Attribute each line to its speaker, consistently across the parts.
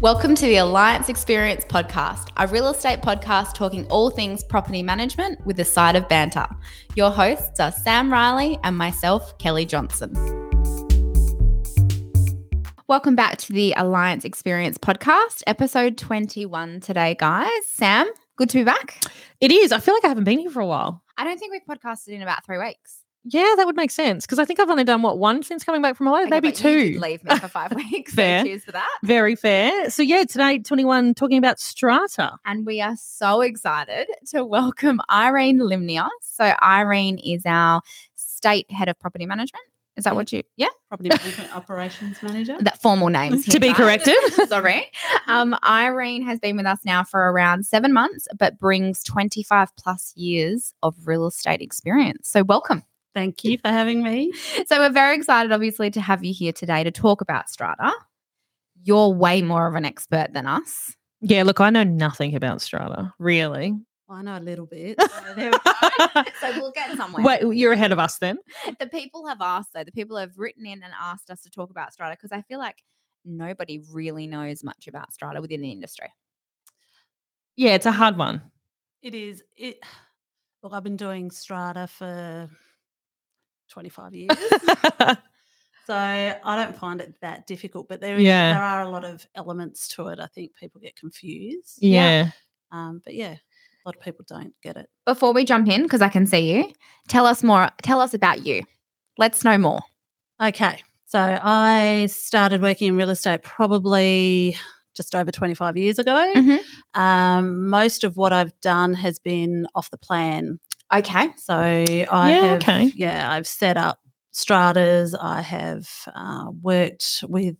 Speaker 1: Welcome to the Alliance Experience podcast, a real estate podcast talking all things property management with a side of banter. Your hosts are Sam Riley and myself, Kelly Johnson. Welcome back to the Alliance Experience podcast, episode 21 today, guys. Sam, good to be back.
Speaker 2: It is. I feel like I haven't been here for a while.
Speaker 1: I don't think we've podcasted in about three weeks.
Speaker 2: Yeah, that would make sense because I think I've only done what one since coming back from Hawaii,
Speaker 1: Okay,
Speaker 2: maybe
Speaker 1: but you did
Speaker 2: two.
Speaker 1: leave me for five weeks. So
Speaker 2: Fair.
Speaker 1: cheers for that.
Speaker 2: Very fair. So yeah, today twenty one talking about strata.
Speaker 1: and we are so excited to welcome Irene Limnios. So Irene is our state head of property management. Is that what you? Yeah,
Speaker 3: property management operations manager.
Speaker 1: that formal names
Speaker 2: To be
Speaker 1: here, guys.
Speaker 2: corrected.
Speaker 1: Sorry. Um, Irene has been with us now for around seven months, but brings 25 plus years of real estate experience. So, welcome.
Speaker 3: Thank you for having me.
Speaker 1: So, we're very excited, obviously, to have you here today to talk about strata. You're way more of an expert than us.
Speaker 2: Yeah, look, I know nothing about strata, really.
Speaker 3: I know a little bit. so there we go.
Speaker 1: So, we'll get somewhere.
Speaker 2: Wait, you're ahead of us then.
Speaker 1: the people have asked though the people have written in and asked us to talk about strata because i feel like nobody really knows much about strata within the industry
Speaker 2: Yeah, it's a hard one.
Speaker 3: It is. It, look, I've been doing Strata for 25 years. So I don't find it that difficult, but there is
Speaker 2: Yeah.
Speaker 3: there are a lot of elements to it. I think people get confused.
Speaker 2: yeah.
Speaker 3: Um, but yeah, a lot of people don't get it.
Speaker 1: before we jump in because i can see you tell us more tell us about you let's know more
Speaker 3: Okay. So I started working in real estate probably just over 25 years ago.
Speaker 1: Mhm.
Speaker 3: Um, most of what I've done has been off the plan.
Speaker 1: okay
Speaker 3: So I
Speaker 2: Yeah,
Speaker 3: have,
Speaker 2: okay.
Speaker 3: yeah, I've set up stratas. I have uh, worked with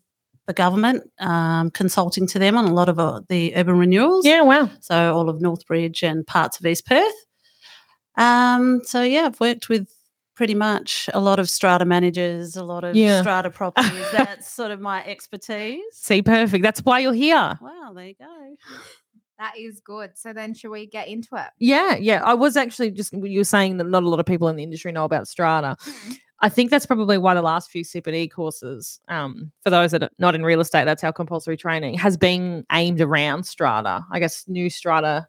Speaker 3: the government, um, consulting to them on a lot of uh, the urban renewals.
Speaker 2: Yeah, wow.
Speaker 3: So all of Northbridge and parts of East Perth. Um, so yeah, I've worked with pretty much a lot of strata managers, a lot of
Speaker 2: Yeah.
Speaker 3: strata properties. That's sort of my expertise.
Speaker 2: See, perfect. That's why you're here.
Speaker 3: Wow, there you go.
Speaker 1: that is good so then should we get into it
Speaker 2: Yeah, yeah. I was actually just you were saying that not a lot of people in the industry know about strata. I think that's probably why the last few CPD courses, um, for those that are not in real estate, that's our compulsory training, has been aimed around strata. I guess new strata.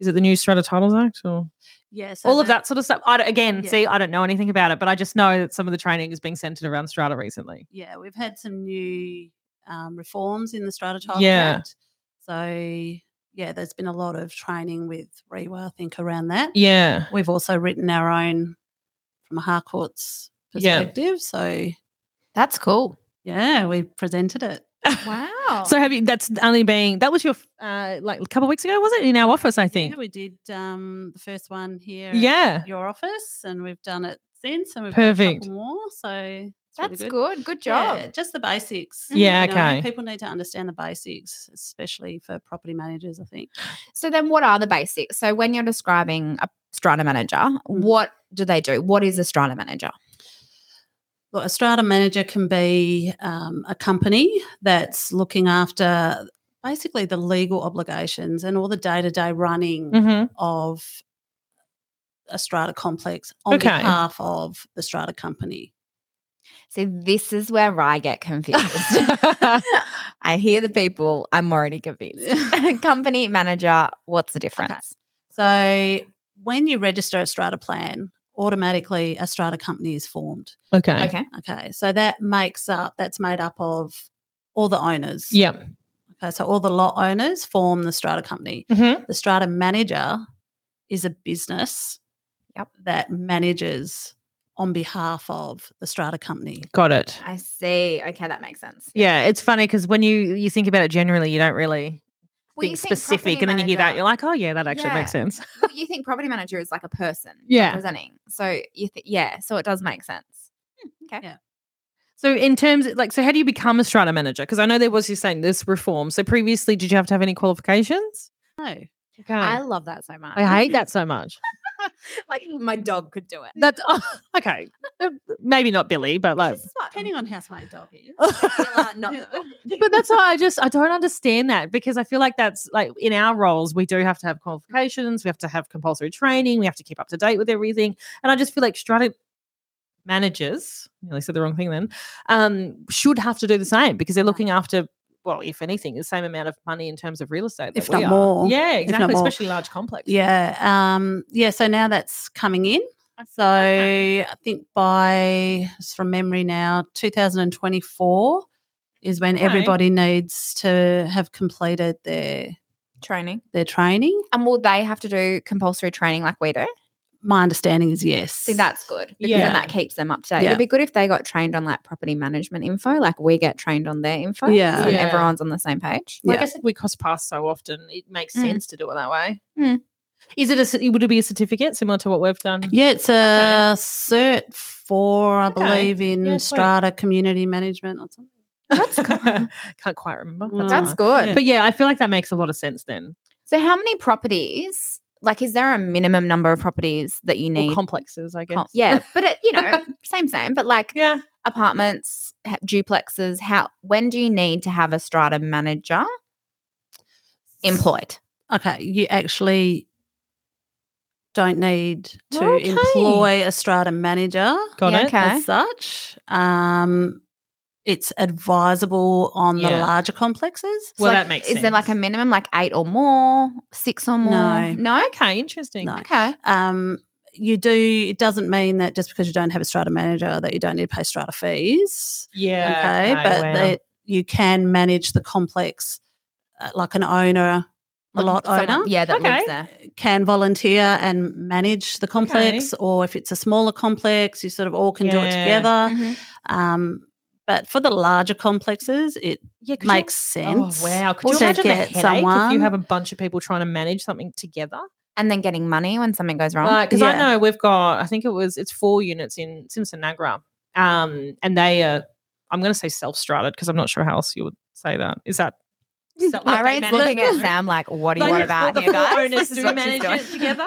Speaker 2: Is it the new Strata Titles Act or
Speaker 3: Yeah, so
Speaker 2: all of
Speaker 3: the-
Speaker 2: that sort of stuff? I don't, again,
Speaker 3: Yeah.
Speaker 2: see, I don't know anything about it, but I just know that some of the training is being centered around strata recently.
Speaker 3: yeah, we've had some new um, reforms in the Strata Child
Speaker 2: Yeah.
Speaker 3: Act. So, yeah, there's been a lot of training with REWA, I think, around that.
Speaker 2: Yeah,
Speaker 3: We've also written our own from a Harcourt's
Speaker 2: Yeah.
Speaker 3: perspective. So,
Speaker 1: that's cool
Speaker 3: yeah, we presented it.
Speaker 1: wow
Speaker 2: So have you? That's only being that was your uh, like a couple of weeks ago, was it? In our office, I think.
Speaker 3: Yeah, we did um, the first one here
Speaker 2: Yeah.
Speaker 3: at your office, and we've done it since, and we've
Speaker 2: Perfect.
Speaker 3: done a couple more. So, it's really
Speaker 1: that's good good job
Speaker 3: Yeah, just the basics.
Speaker 2: Yeah,
Speaker 3: you know,
Speaker 2: okay.
Speaker 3: people need to understand the basics, especially for property managers, I think.
Speaker 1: so then what are the basics so when you're describing a strata manager what do they do what is a strata manager
Speaker 3: Well, a strata manager can be um, a company that's looking after basically the legal obligations and all the day to day running
Speaker 2: Mm-hmm.
Speaker 3: of a strata complex on
Speaker 2: Okay.
Speaker 3: behalf of the strata company.
Speaker 1: See, this is where I get confused. I hear the people, I'm already confused. Company manager, what's the difference?
Speaker 3: So when you register a strata plan, automatically a strata company is formed.
Speaker 2: Okay.
Speaker 1: Okay.
Speaker 3: Okay. So that makes up, that's made up of all the owners.
Speaker 2: Yep.
Speaker 3: Okay. So all the lot owners form the strata company.
Speaker 2: Mm-hmm.
Speaker 3: the strata manager is a business
Speaker 1: Yep.
Speaker 3: that manages on behalf of the strata company.
Speaker 2: Got it.
Speaker 1: I see. Okay, that makes sense.
Speaker 2: Yeah, it's funny because when you you think about it generally, you don't really
Speaker 1: Well, you
Speaker 2: think specific,
Speaker 1: property
Speaker 2: and then you hear that,
Speaker 1: manager-
Speaker 2: you're like, oh yeah, that actually
Speaker 1: Yeah.
Speaker 2: makes sense.
Speaker 1: well, you think property manager is like a person
Speaker 2: Yeah.
Speaker 1: representing. So you think, yeah, so it does make sense. Hmm, Okay.
Speaker 3: Yeah.
Speaker 2: So in terms like, so how do you become a strata manager? Because I know there was you saying this reform. So previously, did you have to have any qualifications?
Speaker 3: No.
Speaker 2: Okay.
Speaker 1: I
Speaker 2: I,
Speaker 1: love that so much.
Speaker 2: hate that so much.
Speaker 1: like my dog could do it.
Speaker 2: That's oh, okay. Uh, Maybe not Billy, but like.
Speaker 1: She's a smart
Speaker 3: Depending on how smart your dog is.
Speaker 1: Bella, not
Speaker 2: But that's why I just I don't understand that because I feel like that's like in our roles we do have to have qualifications, we have to have compulsory training, we have to keep up to date with everything, and I just feel like strata managers, I nearly said the wrong thing then, um, should have to do the same because they're looking after well, if anything, the same amount of money in terms of real estate. that
Speaker 3: If
Speaker 2: we
Speaker 3: not
Speaker 2: are.
Speaker 3: more.
Speaker 2: Yeah,
Speaker 3: not
Speaker 2: exactly.
Speaker 3: more.
Speaker 2: Especially large complexes.
Speaker 3: Yeah. Um, yeah. So now that's coming in. So I think by it's from memory now, 2024 is when
Speaker 2: Okay.
Speaker 3: everybody needs to have completed their
Speaker 1: Training.
Speaker 3: their training.
Speaker 1: And will they have to do compulsory training like we do?
Speaker 3: My understanding is yes.
Speaker 1: See, that's good. Because
Speaker 2: Yeah.
Speaker 1: then that keeps them up to date.
Speaker 3: Yeah.
Speaker 1: It'd be good if they got trained on like property management info, like we get trained on their info.
Speaker 3: Yeah.
Speaker 1: So
Speaker 2: Yeah.
Speaker 1: everyone's on the same page.
Speaker 2: Like
Speaker 3: Yeah.
Speaker 2: I said, we cross paths so often, it makes
Speaker 1: Mm.
Speaker 2: sense to do it that way.
Speaker 1: Mm.
Speaker 2: Is it a c- would it be a certificate similar to what we've done?
Speaker 3: yeah, it's a cert four, I
Speaker 2: Okay.
Speaker 3: believe, in
Speaker 2: Yeah, sweet.
Speaker 3: strata community management or something.
Speaker 1: That's cool.
Speaker 2: Can't quite remember. Uh-huh.
Speaker 3: Mm.
Speaker 1: That's
Speaker 2: all
Speaker 1: good.
Speaker 2: right. But yeah, I feel like that makes a lot of sense then.
Speaker 1: So how many properties? Like, is there a minimum number of properties that you
Speaker 2: Or
Speaker 1: need?
Speaker 2: complexes, I guess.
Speaker 1: Com- yeah, but it, you know, same same. But like
Speaker 2: Yeah.
Speaker 1: apartments, ha- duplexes. How? When do you need to have a strata manager employed?
Speaker 3: Okay, you actually don't need to
Speaker 2: Okay.
Speaker 3: employ a strata manager
Speaker 2: Got
Speaker 1: Yeah,
Speaker 2: it.
Speaker 1: okay.
Speaker 3: as such. Um, it's advisable on the
Speaker 2: Yeah.
Speaker 3: larger complexes.
Speaker 1: So,
Speaker 2: Well,
Speaker 1: like,
Speaker 2: that makes
Speaker 1: Is there like a
Speaker 2: sense.
Speaker 1: minimum, like eight or more, six or more?
Speaker 3: No.
Speaker 1: no.
Speaker 2: Okay, interesting.
Speaker 3: No.
Speaker 1: Okay.
Speaker 3: Um, you do. It doesn't mean that just because you don't have a strata manager that you don't need to pay strata fees.
Speaker 2: Yeah.
Speaker 3: Okay, but
Speaker 2: wow.
Speaker 3: that you can manage the complex uh, like an owner, a
Speaker 1: Like
Speaker 3: lot
Speaker 1: someone-
Speaker 3: owner.
Speaker 1: Yeah, that lives
Speaker 2: Okay.
Speaker 1: there.
Speaker 3: can volunteer and manage the complex, or if it's a smaller complex, you sort of all can do it
Speaker 2: Yeah. Mm.
Speaker 3: together.
Speaker 2: Mm-hmm.
Speaker 1: Mhm.
Speaker 3: Um, but for the larger complexes, it
Speaker 2: yeah, 'cause you-
Speaker 3: makes sense.
Speaker 2: Oh wow! Could
Speaker 3: Or
Speaker 2: you
Speaker 3: to
Speaker 2: imagine the
Speaker 3: get
Speaker 2: headache if you
Speaker 3: someone-
Speaker 2: have a bunch of people trying to manage something together?
Speaker 1: And then getting money when something goes wrong.
Speaker 2: Because I
Speaker 3: Yeah.
Speaker 2: know we've got, I think it was, it's four units in Simpson Nagra, um, and they are, I'm going to say self-strated because I'm not sure how else you would say that. Is that? self- like, they
Speaker 1: Irene's
Speaker 2: manage
Speaker 1: looking at
Speaker 2: it?
Speaker 1: Sam like, "What do you
Speaker 2: Like,
Speaker 1: want
Speaker 2: the
Speaker 1: about
Speaker 2: four-
Speaker 1: here,
Speaker 2: the four
Speaker 1: guys?"
Speaker 2: owners
Speaker 1: This is
Speaker 2: do
Speaker 1: what she's
Speaker 2: manage
Speaker 1: doing.
Speaker 2: it together.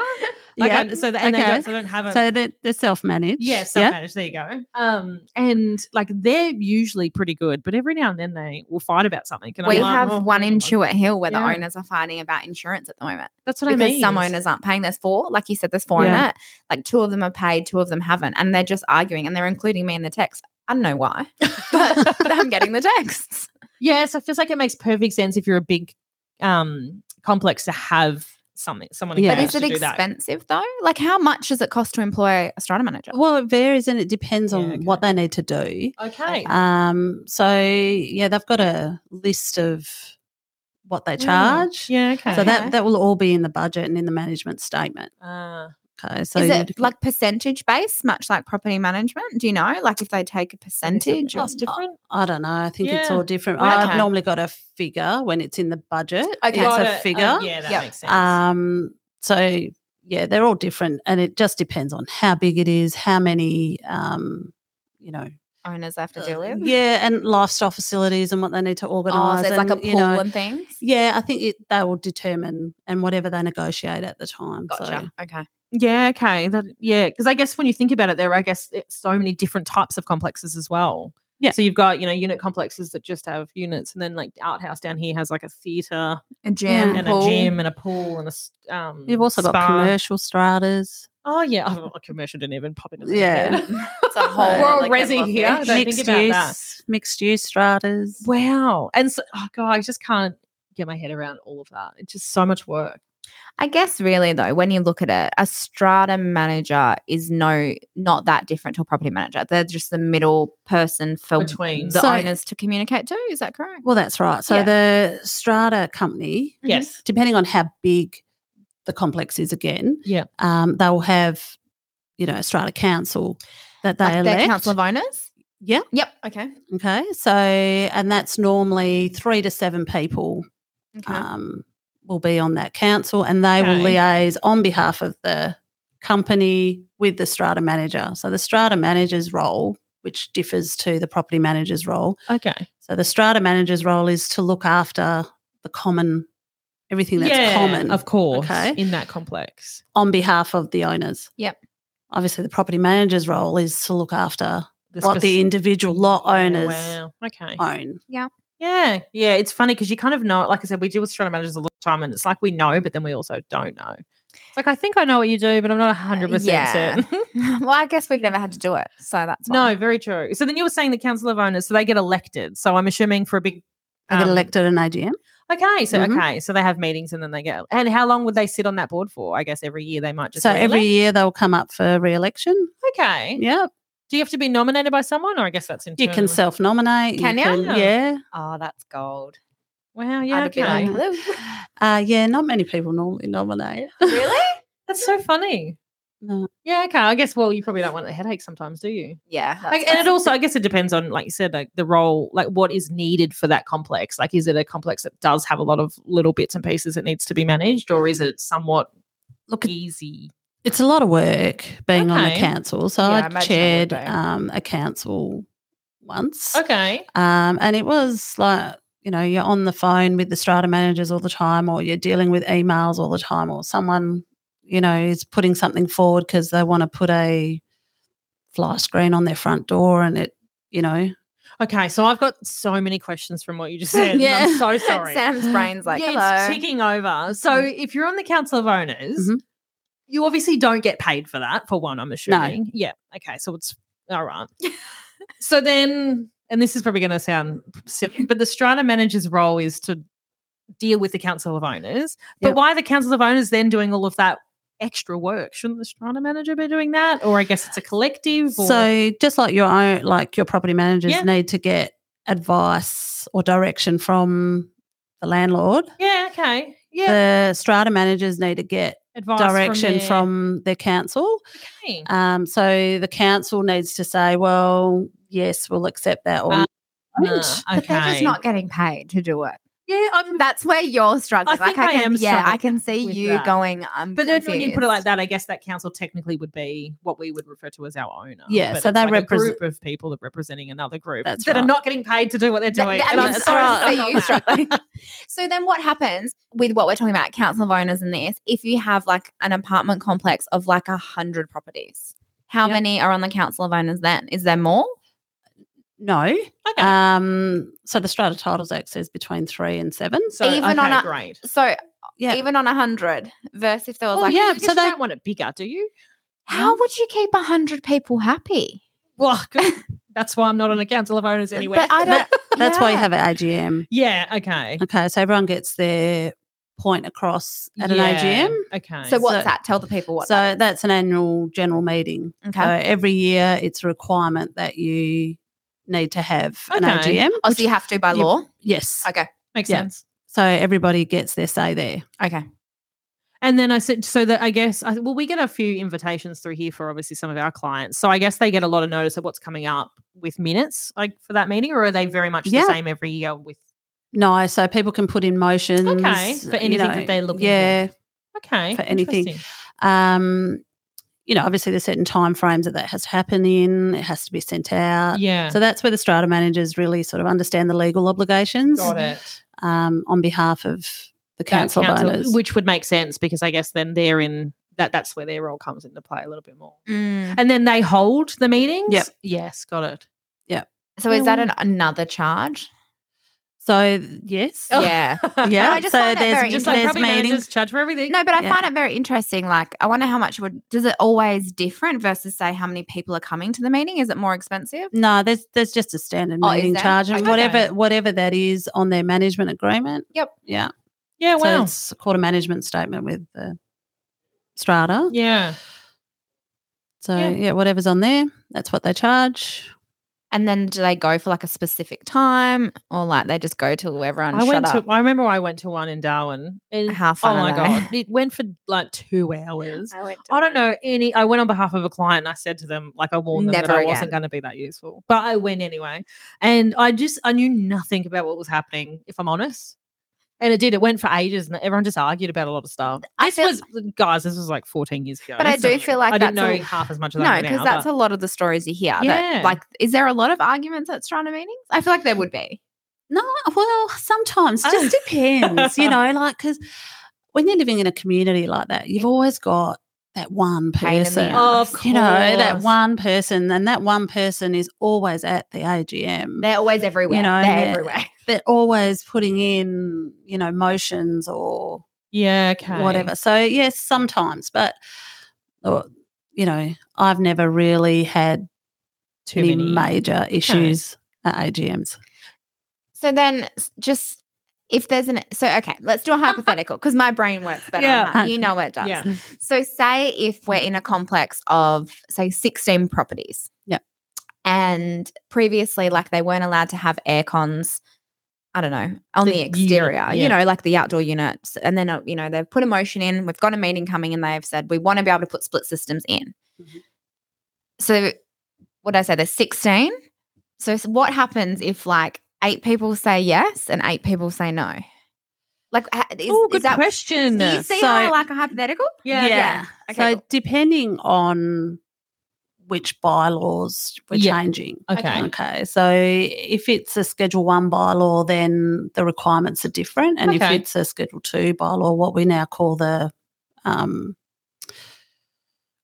Speaker 2: Like,
Speaker 3: Yeah.
Speaker 2: um, so the, and they
Speaker 3: Okay.
Speaker 2: don't, so they don't have a
Speaker 3: So they're, they're self-managed.
Speaker 2: yeah
Speaker 3: Yeah.
Speaker 2: self-managed. There you go. Um, and like they're usually pretty good, but every now and then they will fight about something. And I'm
Speaker 1: We
Speaker 2: like,
Speaker 1: have
Speaker 2: "Oh,
Speaker 1: one in Chewett Hill where
Speaker 2: Yeah.
Speaker 1: the owners are fighting about insurance at the moment
Speaker 2: That's what
Speaker 1: because
Speaker 2: I mean.
Speaker 1: some owners aren't paying. There's four, like you said, there's four in
Speaker 3: Yeah.
Speaker 1: it. Like two of them are paid, two of them haven't, and they're just arguing and they're including me in the text. I don't know why, but I'm getting the texts.
Speaker 2: Yeah, so it feels like it makes perfect sense if you're a big um complex to have something someone
Speaker 3: Yeah.
Speaker 2: yeah.
Speaker 1: But is it
Speaker 2: to do that.
Speaker 1: expensive though? Like, how much does it cost to employ a strata manager?
Speaker 3: Well, it varies and it depends
Speaker 2: Yeah,
Speaker 3: on
Speaker 2: okay.
Speaker 3: what they need to do.
Speaker 2: Okay.
Speaker 3: Um, so yeah, they've got a list of what
Speaker 2: Mm.
Speaker 3: they charge.
Speaker 2: Yeah, okay.
Speaker 3: So
Speaker 1: Okay.
Speaker 3: that that will all be in the budget and in the management statement.
Speaker 2: uh,
Speaker 3: Okay, so
Speaker 1: is
Speaker 3: you
Speaker 1: it
Speaker 3: dec-
Speaker 1: like percentage based, much like property management? Do you know, like if they take a percentage? Or,
Speaker 2: cost different.
Speaker 3: I don't know. I think it's
Speaker 2: Yeah.
Speaker 3: all different.
Speaker 2: Well,
Speaker 3: I've
Speaker 1: okay.
Speaker 3: normally got a figure when it's in the budget.
Speaker 1: Okay.
Speaker 3: It's
Speaker 2: Got
Speaker 3: a
Speaker 2: it.
Speaker 3: figure.
Speaker 2: Uh, yeah, that
Speaker 1: Yep.
Speaker 2: makes sense.
Speaker 3: Um, so yeah, they're all different, and it just depends on how big it is, how many, um, you know,
Speaker 1: owners have to
Speaker 3: uh,
Speaker 1: deal with.
Speaker 3: yeah, and lifestyle facilities and what they need to
Speaker 1: Oh,
Speaker 3: organise.
Speaker 1: so it's like a
Speaker 3: and,
Speaker 1: pool
Speaker 3: you know,
Speaker 1: and things.
Speaker 3: yeah, I think it, they will determine and whatever they negotiate at the time. So
Speaker 1: Gotcha. Okay.
Speaker 2: yeah, okay. That, yeah, because I guess when you think about it, there are, I guess, it's so many different types of complexes as well.
Speaker 3: Yeah.
Speaker 2: So you've got, you know, unit complexes that just have units, and then like Art House down here has like a theatre
Speaker 1: A gym,
Speaker 3: Mm.
Speaker 2: and
Speaker 1: pool.
Speaker 2: a gym and a pool and a s- um.
Speaker 3: you've also got
Speaker 2: spa.
Speaker 3: commercial stratas.
Speaker 2: Oh yeah, oh, a commercial didn't even pop into my
Speaker 3: Yeah.
Speaker 2: head.
Speaker 1: It's a whole.
Speaker 3: We're all
Speaker 1: like,
Speaker 2: resi
Speaker 1: everyone's
Speaker 2: here.
Speaker 1: there.
Speaker 2: Don't think
Speaker 3: mixed
Speaker 2: about
Speaker 3: use,
Speaker 2: that.
Speaker 3: mixed use stratas.
Speaker 2: Wow. And so, oh God, I just can't get my head around all of that. It's just so much work.
Speaker 1: I guess really though, when you look at it, a strata manager is no not that different to a property manager. They're just the middle person for
Speaker 2: Between.
Speaker 1: the
Speaker 3: So-
Speaker 1: owners to communicate to. Is that correct?
Speaker 3: Well, that's right. So
Speaker 1: Yeah.
Speaker 3: the strata company
Speaker 1: mm-hmm.
Speaker 2: Yes.
Speaker 3: depending on how big the complex is again,
Speaker 2: Yeah.
Speaker 3: um, they'll have, you know, a strata council that they
Speaker 1: Like their
Speaker 3: elect.
Speaker 1: council of owners.
Speaker 3: yeah.
Speaker 1: Yep. Okay.
Speaker 3: Okay. So, and that's normally three to seven people
Speaker 1: Okay.
Speaker 3: um, will be on that council and they will
Speaker 2: Okay.
Speaker 3: liaise on behalf of the company with the strata manager. So the strata manager's role, which differs to the property manager's role.
Speaker 2: Okay.
Speaker 3: So the strata manager's role is to look after the common, everything that's common.
Speaker 2: Of course.
Speaker 3: Okay.
Speaker 2: In that complex.
Speaker 3: on behalf of the owners.
Speaker 1: Yep.
Speaker 3: Obviously, the property manager's role is to look after what
Speaker 2: spec-
Speaker 3: the individual
Speaker 1: Oh,
Speaker 3: lot
Speaker 2: Yeah,
Speaker 3: owners
Speaker 2: Wow. Okay.
Speaker 3: own.
Speaker 2: Yeah. Yeah. It's funny because you kind of know, like I said, we deal with strata managers a lot of time and it's like we know, but then we also don't know. It's like, I think I know what you do, but I'm
Speaker 3: Uh,
Speaker 2: not 100%
Speaker 1: yeah.
Speaker 2: certain.
Speaker 1: well, I guess we've never had to do it, so that's why.
Speaker 2: no, very true. So then you were saying the council of owners, so they get elected. So I'm assuming for a big
Speaker 3: They get
Speaker 2: Um,
Speaker 3: elected an AGM.
Speaker 2: Okay, so
Speaker 3: Mhm.
Speaker 2: okay, so they have meetings and then they get. And how long would they sit on that board for? I guess every year they might just.
Speaker 3: So every
Speaker 2: re-elect?
Speaker 3: year they'll come up for re-election.
Speaker 2: okay.
Speaker 3: Yeah,
Speaker 2: Do you have to be nominated by someone, or I guess that's
Speaker 3: you
Speaker 2: internal?
Speaker 3: can self-nominate.
Speaker 1: Can ya?
Speaker 3: Yeah.
Speaker 1: Oh, that's gold.
Speaker 2: Wow,
Speaker 1: I'd
Speaker 2: yeah,
Speaker 1: have been
Speaker 2: okay.
Speaker 1: like, "Hello."
Speaker 3: Uh, yeah, not many people normally nominate.
Speaker 1: really?
Speaker 2: that's so funny.
Speaker 3: No.
Speaker 2: Yeah, okay. I guess. Well, you probably don't want the headache sometimes, do you?
Speaker 1: Yeah. that's
Speaker 2: Like, and it
Speaker 1: fine.
Speaker 2: also, I guess, it depends on, like you said, like the role, like what is needed for that complex. Like, is it a complex that does have a lot of little bits and pieces that needs to be managed, or is it somewhat
Speaker 3: Look,
Speaker 2: easy?
Speaker 3: it's a lot of work being on the
Speaker 2: Okay.
Speaker 3: council. So
Speaker 1: Yeah, I
Speaker 3: I
Speaker 1: imagine it would
Speaker 3: chaired
Speaker 1: be.
Speaker 3: um, a council once.
Speaker 2: Okay.
Speaker 3: Um, and it was like, you know, you're on the phone with the strata managers all the time, or you're dealing with emails all the time, or someone, you know, is putting something forward because they want to put a fly screen on their front door and it, you know,
Speaker 2: Okay. So I've got so many questions from what you just said. yeah. I'm
Speaker 3: Yeah.
Speaker 2: so sorry.
Speaker 1: Sam's brain's like,
Speaker 2: yeah, it's
Speaker 1: hello. Mm-hmm.
Speaker 2: ticking over. So if you're on the council of owners,
Speaker 3: Mhm.
Speaker 2: you obviously don't get paid for that. For one, I'm assuming. Yeah. Okay. So it's all right. so then, and this is probably going to sound, silly, but the strata manager's role is to deal with the council of owners. But
Speaker 3: Yep.
Speaker 2: why are the council of owners then doing all of that? extra work shouldn't the strata manager be doing that or i guess it's a collective or...
Speaker 3: So just like your own, like your property managers
Speaker 2: Yeah.
Speaker 3: need to get advice or direction from the landlord.
Speaker 2: yeah okay yeah
Speaker 3: The strata managers need to get
Speaker 2: advice
Speaker 3: direction
Speaker 2: there.
Speaker 3: from their council.
Speaker 2: Okay. Uh,
Speaker 3: Um, so the council needs to say, well, yes, we'll accept that. Or
Speaker 2: Ah,
Speaker 3: "No."
Speaker 2: Ah,
Speaker 1: But they're just
Speaker 2: okay.
Speaker 1: not getting paid to do it.
Speaker 2: yeah, I'm
Speaker 1: That's where you're struggling.
Speaker 2: I think
Speaker 1: like
Speaker 2: I
Speaker 1: I can,
Speaker 2: am
Speaker 1: yeah, I
Speaker 2: struggling
Speaker 1: can see
Speaker 2: with
Speaker 1: you
Speaker 2: that.
Speaker 1: going. Um,
Speaker 2: But then when you put it like that, I guess that council technically would be what we would refer to as our owner.
Speaker 3: Yeah,
Speaker 2: But
Speaker 3: so
Speaker 2: it's
Speaker 3: they
Speaker 2: like a
Speaker 3: represent-
Speaker 2: group of people that are representing another group
Speaker 3: That's
Speaker 2: that are
Speaker 3: right.
Speaker 2: not getting paid to do what they're
Speaker 1: Th-
Speaker 2: doing.
Speaker 1: th-
Speaker 2: and
Speaker 1: I
Speaker 2: I'm
Speaker 1: mean,
Speaker 3: that's
Speaker 2: sorry,
Speaker 3: right.
Speaker 2: I'm
Speaker 1: so
Speaker 2: not
Speaker 1: you
Speaker 2: that.
Speaker 1: struggling. So then what happens with what we're talking about, council of owners and this, if you have like an apartment complex of like a hundred properties, how
Speaker 2: Yep.
Speaker 1: many are on the council of owners then? Is there more?
Speaker 3: no.
Speaker 2: Okay.
Speaker 3: Um, so the Strata Titles Act says between three and seven.
Speaker 2: so
Speaker 1: even
Speaker 2: okay,
Speaker 1: on a-
Speaker 2: great.
Speaker 1: So
Speaker 3: Yeah.
Speaker 1: even on a hundred versus if there was
Speaker 2: Well,
Speaker 1: like,
Speaker 2: Oh, yeah,
Speaker 3: yeah,
Speaker 2: I guess
Speaker 3: so
Speaker 2: you
Speaker 3: they-
Speaker 2: don't want it bigger, do you?
Speaker 1: how would you keep a hundred people happy?
Speaker 2: Well, good. that's why I'm not on a council of owners anyway.
Speaker 1: But I don't.
Speaker 3: That's why you
Speaker 1: Yeah.
Speaker 3: have an AGM.
Speaker 2: yeah. Okay.
Speaker 3: Okay. So everyone gets their point across at
Speaker 2: Yeah,
Speaker 3: an AGM.
Speaker 2: Okay.
Speaker 1: So what's
Speaker 3: So-
Speaker 1: that? Tell the people what.
Speaker 3: so
Speaker 1: that
Speaker 3: that's an annual general meeting.
Speaker 1: is.
Speaker 3: So
Speaker 1: okay.
Speaker 3: every year it's a requirement that you need to have an
Speaker 2: Okay.
Speaker 3: AGM.
Speaker 1: Oh, so you have to by
Speaker 3: you-
Speaker 1: law.
Speaker 3: Yes.
Speaker 1: Okay.
Speaker 2: makes
Speaker 3: yeah.
Speaker 2: sense.
Speaker 3: So everybody gets their say there.
Speaker 1: Okay.
Speaker 2: And then I said, so that I guess, I, well, we get a few invitations through here for obviously some of our clients. So I guess they get a lot of notice of what's coming up with minutes like for that meeting, or are they very much
Speaker 3: Yeah.
Speaker 2: the same every year with?
Speaker 3: No, so people can put in motions.
Speaker 2: for anything that they're looking for.
Speaker 3: Yeah.
Speaker 2: Okay.
Speaker 3: For anything.
Speaker 2: interesting.
Speaker 3: Um, you know, obviously there's certain time frames that that has to happen in. It has to be sent out.
Speaker 2: Yeah.
Speaker 3: Uh, So that's where the strata managers really sort of understand the legal obligations
Speaker 2: Got it.
Speaker 3: um, on behalf of the
Speaker 2: That
Speaker 3: council,
Speaker 2: council-
Speaker 3: owners.
Speaker 2: Which would make sense because I guess then they're in that, that's where their role comes into play a little bit more.
Speaker 1: Mm.
Speaker 2: And then they hold the meetings.
Speaker 3: Yep.
Speaker 2: Yes. Got it.
Speaker 1: So is that
Speaker 2: Yeah.
Speaker 1: an, another charge?
Speaker 3: so yes,
Speaker 1: Yeah.
Speaker 3: yeah.
Speaker 1: I just
Speaker 3: so
Speaker 1: find that
Speaker 3: there's
Speaker 1: very
Speaker 2: Just
Speaker 1: So
Speaker 2: like
Speaker 3: there's
Speaker 2: probably
Speaker 3: meetings.
Speaker 2: managers charge for everything.
Speaker 1: No, but I
Speaker 3: Yeah.
Speaker 1: find it very interesting. Like, I wonder how much would does it always different versus say how many people are coming to the meeting? Is it more expensive?
Speaker 3: No, there's there's just a standard
Speaker 1: Oh, is
Speaker 3: meeting
Speaker 1: there?
Speaker 3: charge and
Speaker 2: Okay.
Speaker 3: whatever whatever that is on their management agreement.
Speaker 1: Yep.
Speaker 3: Yeah.
Speaker 2: Yeah.
Speaker 3: so
Speaker 2: Oh, Wow.
Speaker 3: it's called a management statement with the strata.
Speaker 2: yeah.
Speaker 3: So
Speaker 2: Yeah.
Speaker 3: yeah. whatever's on there, that's what they charge.
Speaker 1: And then do they go for like a specific time, or like they just go till everyone
Speaker 2: I
Speaker 1: shut
Speaker 2: went
Speaker 1: up?
Speaker 2: to. I remember I went to one in Darwin. and-
Speaker 1: How fun
Speaker 2: oh
Speaker 1: are
Speaker 2: my
Speaker 1: they?
Speaker 2: god! It went for like two hours.
Speaker 1: I went.
Speaker 2: I don't know any. I went on behalf of a client. And I said to them, like, I warned them that
Speaker 1: Never
Speaker 2: I wasn't
Speaker 1: again.
Speaker 2: going to be that useful, but I went anyway. And I just, I knew nothing about what was happening, if I'm honest. And it did. It went for ages, and everyone just argued about a lot of stuff.
Speaker 1: I
Speaker 2: This
Speaker 1: feel-
Speaker 2: was, uh, guys, this was like 14 years ago.
Speaker 1: But I do
Speaker 2: so
Speaker 1: feel like
Speaker 2: I didn't know
Speaker 1: that's a-
Speaker 2: half as much of
Speaker 1: No,
Speaker 2: that.
Speaker 1: because that's a lot of the stories you hear.
Speaker 2: Yeah.
Speaker 1: That, like, is there a lot of arguments at Strana meetings? I feel like there would be.
Speaker 3: No, well, sometimes
Speaker 2: Oh.
Speaker 3: just depends, you know, like because when you're living in a community like that, you've always got that one
Speaker 1: Pain in the
Speaker 3: person.
Speaker 1: ass.
Speaker 2: of course.
Speaker 3: You know, that one person, and that one person is always at the AGM.
Speaker 1: They're always everywhere.
Speaker 3: know, and
Speaker 1: they're
Speaker 3: they're-
Speaker 1: everywhere.
Speaker 3: They're always putting in, you know, motions or
Speaker 2: Yeah. Okay.
Speaker 3: whatever. So yes, sometimes, but or, you know, I've never really had
Speaker 2: Too
Speaker 3: any
Speaker 2: many.
Speaker 3: major issues at AGMs.
Speaker 1: So then s- just if there's an so okay, let's do a hypothetical because my brain works better.
Speaker 2: Yeah.
Speaker 1: Yeah. You know it does.
Speaker 2: Yeah.
Speaker 1: So say if we're in a complex of say 16 properties.
Speaker 3: Yep.
Speaker 1: And previously, like they weren't allowed to have air cons, I don't know, on
Speaker 2: The
Speaker 1: the,
Speaker 2: unit,
Speaker 1: exterior, you
Speaker 2: yeah.
Speaker 1: know, like the outdoor units. And then, uh, you know, they've put a motion in, we've got a meeting coming and they've said, we want to be able to put split systems in.
Speaker 2: Mm-hmm.
Speaker 3: Mhm.
Speaker 1: So what did I say? There's 16. So s- what happens if like eight people say yes and eight people say no? Like, ha- is,
Speaker 2: Oh,
Speaker 1: is
Speaker 2: good
Speaker 1: that
Speaker 2: question.
Speaker 1: do you see
Speaker 3: So-
Speaker 1: how I like a hypothetical?
Speaker 2: Yeah.
Speaker 1: Yeah. Okay,
Speaker 3: so
Speaker 1: cool.
Speaker 3: depending on which bylaws we're
Speaker 2: Yeah.
Speaker 3: changing.
Speaker 2: Okay.
Speaker 3: Okay. So if it's a Schedule One bylaw, then the requirements are different, and
Speaker 2: Okay.
Speaker 3: if it's a Schedule Two bylaw, what we now call the um,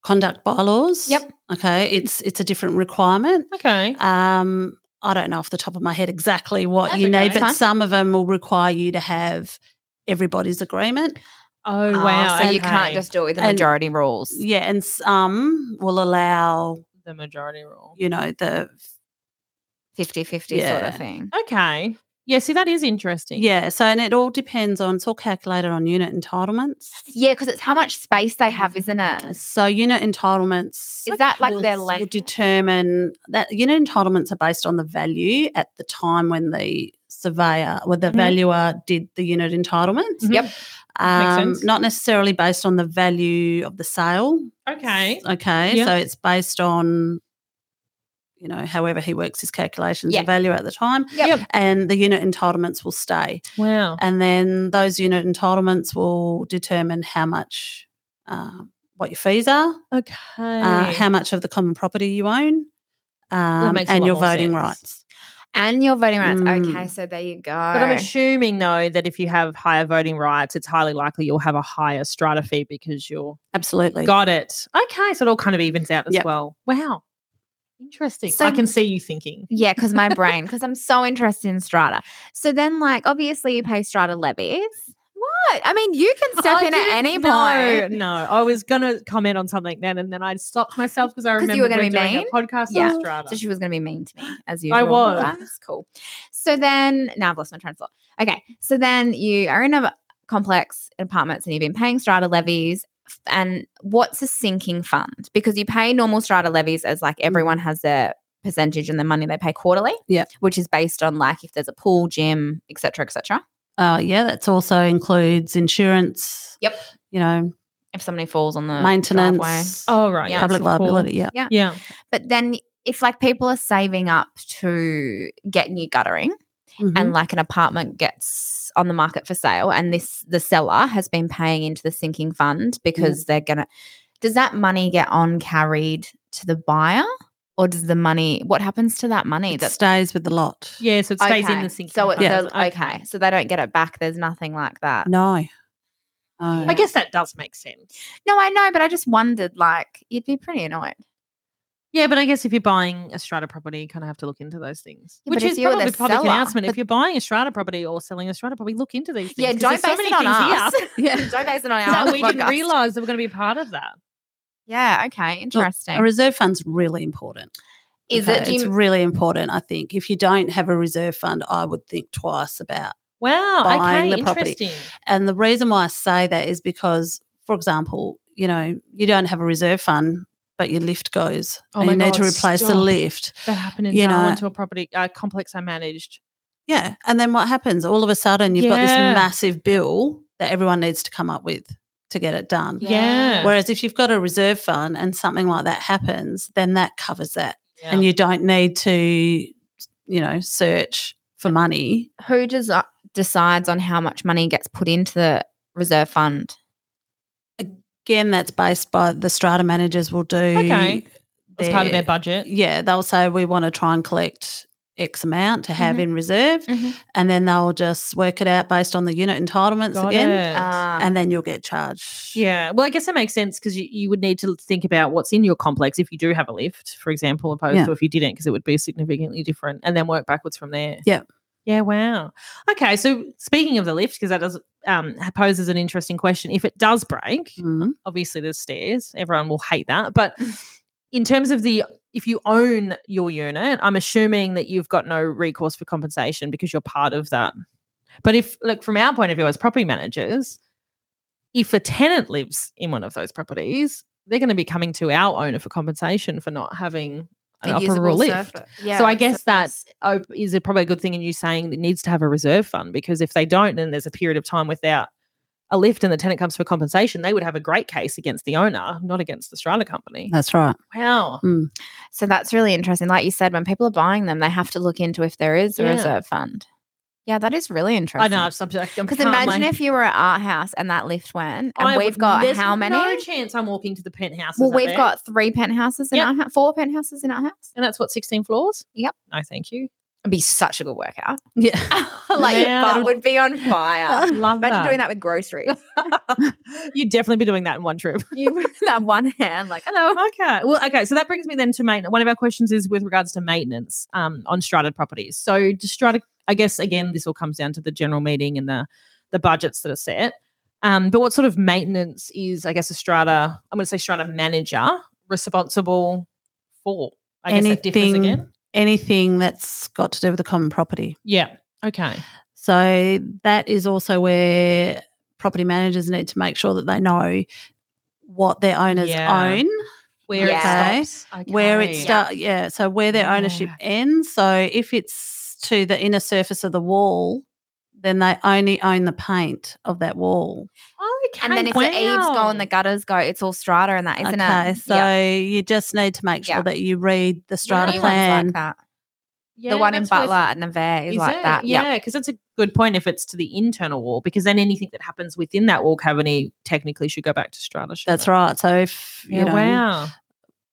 Speaker 3: conduct bylaws.
Speaker 1: Yep.
Speaker 3: Okay. It's it's a different requirement.
Speaker 2: Okay.
Speaker 1: Uh,
Speaker 3: Um, I don't know off the top of my head exactly what
Speaker 2: That's
Speaker 3: you
Speaker 2: okay.
Speaker 3: need, but
Speaker 1: Fine.
Speaker 3: some of them will require you to have everybody's agreement.
Speaker 2: Oh
Speaker 1: Oh,
Speaker 2: wow.
Speaker 1: So you can't
Speaker 2: okay.
Speaker 1: just do it with the
Speaker 3: And-
Speaker 1: majority rules.
Speaker 3: Yeah, and some will allow
Speaker 2: the majority rule.
Speaker 3: you know the
Speaker 1: 50 50 sort of
Speaker 3: Yeah.
Speaker 1: thing.
Speaker 2: Okay. Yeah. See, that is interesting.
Speaker 3: yeah. So and it all depends on it's all calculated on unit entitlements.
Speaker 1: Yeah, because it's how much space they have, isn't it?
Speaker 3: So unit entitlements
Speaker 1: Is that like their
Speaker 3: will- will
Speaker 1: length?
Speaker 3: determine that unit entitlements are based on the value at the time when the surveyor or the
Speaker 1: Mm-hmm.
Speaker 2: Mhm.
Speaker 3: valuer did the unit entitlements.
Speaker 2: Mhm.
Speaker 1: Yep.
Speaker 3: Um,
Speaker 2: sense.
Speaker 3: not necessarily based on the value of the sale.
Speaker 2: Okay.
Speaker 3: Okay.
Speaker 2: Yeah.
Speaker 3: So it's based on, you know, however he works his calculations,
Speaker 1: Yeah.
Speaker 3: the value at the time,
Speaker 1: Yep.
Speaker 3: and the unit entitlements will stay.
Speaker 1: uh,
Speaker 2: Wow.
Speaker 3: And then those unit entitlements will determine how much, uh, what your fees are,
Speaker 2: Okay.
Speaker 3: uh, how much of the common property you own, um,
Speaker 2: makes a
Speaker 3: and
Speaker 2: lot
Speaker 3: your
Speaker 2: more
Speaker 3: voting
Speaker 2: sense.
Speaker 3: rights.
Speaker 1: And your voting rights.
Speaker 3: Mm.
Speaker 1: Okay, so there you go.
Speaker 2: but I'm assuming though that if you have higher voting rights, it's highly likely you'll have a higher strata fee because you're
Speaker 3: Absolutely.
Speaker 2: got it. Okay, so it all kind of evens out as
Speaker 3: Yep.
Speaker 2: well. Wow, interesting.
Speaker 1: So-
Speaker 2: I can see you thinking.
Speaker 1: yeah, because my brain, because I'm so interested in strata. So then, like, obviously, you pay strata levies. What? I mean, you can step
Speaker 2: I
Speaker 1: in at
Speaker 2: didn't-
Speaker 1: any
Speaker 2: no,
Speaker 1: point.
Speaker 2: No, I was gonna comment on something then, and then I stopped myself because I
Speaker 1: 'Cause
Speaker 2: remember
Speaker 1: you were gonna
Speaker 2: we're
Speaker 1: be
Speaker 2: doing
Speaker 1: mean?
Speaker 2: a podcast
Speaker 1: Yeah.
Speaker 2: on strata.
Speaker 1: So she was going to be mean to me, as usual. Ah,
Speaker 2: I was.
Speaker 1: That's cool. So then, now I've lost my train of thought. Okay. So then you are in a complex apartments and you've been paying strata levies. f- And what's a sinking fund? Because you pay normal strata levies as like everyone has their percentage and the money they pay quarterly.
Speaker 3: Yeah.
Speaker 1: Which is based on like if there's a pool, gym, et cetera, et cetera.
Speaker 3: Uh, yeah, that's also includes insurance.
Speaker 1: Yep.
Speaker 3: You know,
Speaker 1: If somebody falls on the
Speaker 3: maintenance,
Speaker 1: driveway.
Speaker 2: oh right,
Speaker 1: Yeah.
Speaker 2: yes,
Speaker 3: public
Speaker 2: of course.
Speaker 3: liability. Yeah.
Speaker 2: Yeah.
Speaker 1: But then if like people are saving up to get new guttering,
Speaker 3: Mhm.
Speaker 2: Mm-hmm.
Speaker 1: and like an apartment gets on the market for sale and this the seller has been paying into the sinking fund because
Speaker 2: Mm.
Speaker 1: they're gonna does that money get on carried to the buyer or does the money what happens to that money
Speaker 3: it stays with the lot.
Speaker 2: Yeah, so it stays in
Speaker 1: okay,
Speaker 2: the sinking.
Speaker 1: so it's
Speaker 2: fund. Mm.
Speaker 1: a- okay. so they don't get it back there's nothing like that
Speaker 3: No. No.
Speaker 2: I guess that does make sense.
Speaker 1: no i know but i just wondered like you'd be pretty annoyed
Speaker 2: Yeah, but I guess if you're buying a strata property, you kind of have to look into those things,
Speaker 1: Yeah, but
Speaker 2: which
Speaker 1: if
Speaker 2: is
Speaker 1: you were the
Speaker 2: probably public
Speaker 1: seller,
Speaker 2: announcement.
Speaker 1: but-
Speaker 2: If you're buying a strata property or selling a strata property, look into these. Things,
Speaker 1: yeah
Speaker 2: 'cause
Speaker 1: don't
Speaker 2: there's
Speaker 1: base it on us
Speaker 3: Yeah.
Speaker 1: don't base it on
Speaker 2: that
Speaker 1: our
Speaker 2: we didn't
Speaker 1: podcast.
Speaker 2: realize that we're going to be part of that.
Speaker 1: yeah okay
Speaker 3: A
Speaker 1: interesting
Speaker 3: reserve fund's really important.
Speaker 1: is
Speaker 3: okay?
Speaker 1: it do
Speaker 3: It's
Speaker 1: you,
Speaker 3: really important, I think. If you don't have a reserve fund, I would think twice about.
Speaker 2: Wow.
Speaker 3: Buying
Speaker 2: okay.
Speaker 3: the property.
Speaker 2: Interesting.
Speaker 3: And the reason why I say that is because, for example, you know, you don't have a reserve fund, but your lift goes.
Speaker 2: Oh
Speaker 3: and
Speaker 2: my
Speaker 3: you need to
Speaker 2: God,
Speaker 3: replace the
Speaker 2: stop.
Speaker 3: lift.
Speaker 2: That happened in
Speaker 3: You know-
Speaker 2: Darwin to a property uh, complex I managed.
Speaker 3: Yeah. And then what happens? All of a sudden you've got this
Speaker 2: Yeah.
Speaker 3: massive bill that everyone needs to come up with to get it done.
Speaker 1: Yeah.
Speaker 2: Yeah.
Speaker 3: Whereas if you've got a reserve fund and something like that happens, then that covers that.
Speaker 2: Yeah.
Speaker 3: and you don't need to, you know, search for money.
Speaker 1: who desi- decides on how much money gets put into the reserve fund?
Speaker 3: Again, that's based by the strata managers will do.
Speaker 2: Okay. It's part of their
Speaker 3: their-
Speaker 2: budget.
Speaker 3: Yeah, they'll say we want to try and collect X amount to have
Speaker 2: Mm-hmm.
Speaker 1: Mhm.
Speaker 3: in reserve,
Speaker 1: Mhm.
Speaker 3: and then they'll just work it out based on the unit entitlements
Speaker 2: Got
Speaker 3: again,
Speaker 2: it.
Speaker 1: Um,
Speaker 3: and then you'll get charged.
Speaker 2: yeah. Well, I guess that makes sense because you, you would need to think about what's in your complex if you do have a lift, for example, opposed
Speaker 3: Yeah.
Speaker 2: to if you didn't, because it would be significantly different, and then work backwards from there.
Speaker 3: Yeah.
Speaker 2: Yeah. Wow. Okay. So speaking of the lift, because that does um, poses an interesting question. If it does break,
Speaker 3: Mhm.
Speaker 1: Mm.
Speaker 2: obviously there's stairs. Everyone will hate that. But in terms of the if you own your unit, I'm assuming that you've got no recourse for compensation because you're part of that. But if, look, from our point of view as property managers, if a tenant lives in one of those properties, they're going to be coming to our owner for compensation for not having an
Speaker 1: A
Speaker 2: operable
Speaker 1: usable
Speaker 2: lift.
Speaker 1: surface. Yeah,
Speaker 2: so I guess that
Speaker 1: surface.
Speaker 2: op- is a, probably a good thing in you saying that needs to have a reserve fund because if they don't, then there's a period of time without a lift and the tenant comes for compensation, they would have a great case against the owner, not against the strata company.
Speaker 3: That's right.
Speaker 2: Wow.
Speaker 1: So that's really interesting. Like you said, when people are buying them, they have to look into if there is a
Speaker 2: Yeah.
Speaker 1: reserve fund. Yeah, that is really
Speaker 2: I
Speaker 1: interesting.
Speaker 2: know. Because
Speaker 1: Because imagine if you were at our house and that lift went, and we've got how many?
Speaker 2: No chance I'm walking to the penthouse.
Speaker 1: well, we've got three penthouses in
Speaker 2: Yep.
Speaker 1: our house, four penthouses in our house.
Speaker 2: and that's what 16 floors.
Speaker 1: Yep.
Speaker 2: No, thank you.
Speaker 1: It'd be such a good workout.
Speaker 2: Yeah,
Speaker 1: like your
Speaker 2: Yeah.
Speaker 1: butt would be on fire.
Speaker 2: love
Speaker 1: Imagine
Speaker 2: that.
Speaker 1: doing that with groceries.
Speaker 2: You'd definitely be doing that in one trip.
Speaker 1: you with that one hand, like hello.
Speaker 2: Okay. Well, okay. So that brings me then to maintenance. One of our questions is with regards to maintenance um, on strata properties. So, just strata, I guess, again, this all comes down to the general meeting and the the budgets that are set. Um, but what sort of maintenance is, I guess, a strata? I'm going to say strata manager responsible for. I guess that differs
Speaker 3: Anything-
Speaker 2: again.
Speaker 3: Anything that's got to do with the common property.
Speaker 2: Yeah. Okay.
Speaker 3: So that is also where property managers need to make sure that they know what their owners
Speaker 2: Yeah.
Speaker 3: own,
Speaker 2: Where
Speaker 1: Yeah.
Speaker 2: it stops.
Speaker 3: where it
Speaker 2: Okay.
Speaker 3: start, yeah. So where their ownership
Speaker 2: Yeah.
Speaker 3: ends. So if it's to the inner surface of the wall, then they only own the paint of that wall.
Speaker 2: Okay.
Speaker 1: And then if the eaves go and the
Speaker 2: wow.
Speaker 1: gutters go, it's all strata and that, isn't
Speaker 3: okay,
Speaker 1: it?
Speaker 3: so
Speaker 1: Yeah.
Speaker 3: you just need to make sure
Speaker 1: Yeah.
Speaker 3: that you read the strata
Speaker 1: New ones
Speaker 3: plan.
Speaker 1: like that.
Speaker 2: Yeah,
Speaker 1: the one in
Speaker 2: that's worth-
Speaker 1: Butler at Nevers is,
Speaker 2: Is
Speaker 1: like
Speaker 2: it?
Speaker 1: that. Yeah.
Speaker 2: Yeah, because that's a good point if it's to the internal wall, because then anything that happens within that wall cavity technically should go back to strata. shouldn't
Speaker 3: That's
Speaker 2: it?
Speaker 3: right. So if you
Speaker 2: Yeah,
Speaker 3: know
Speaker 2: wow.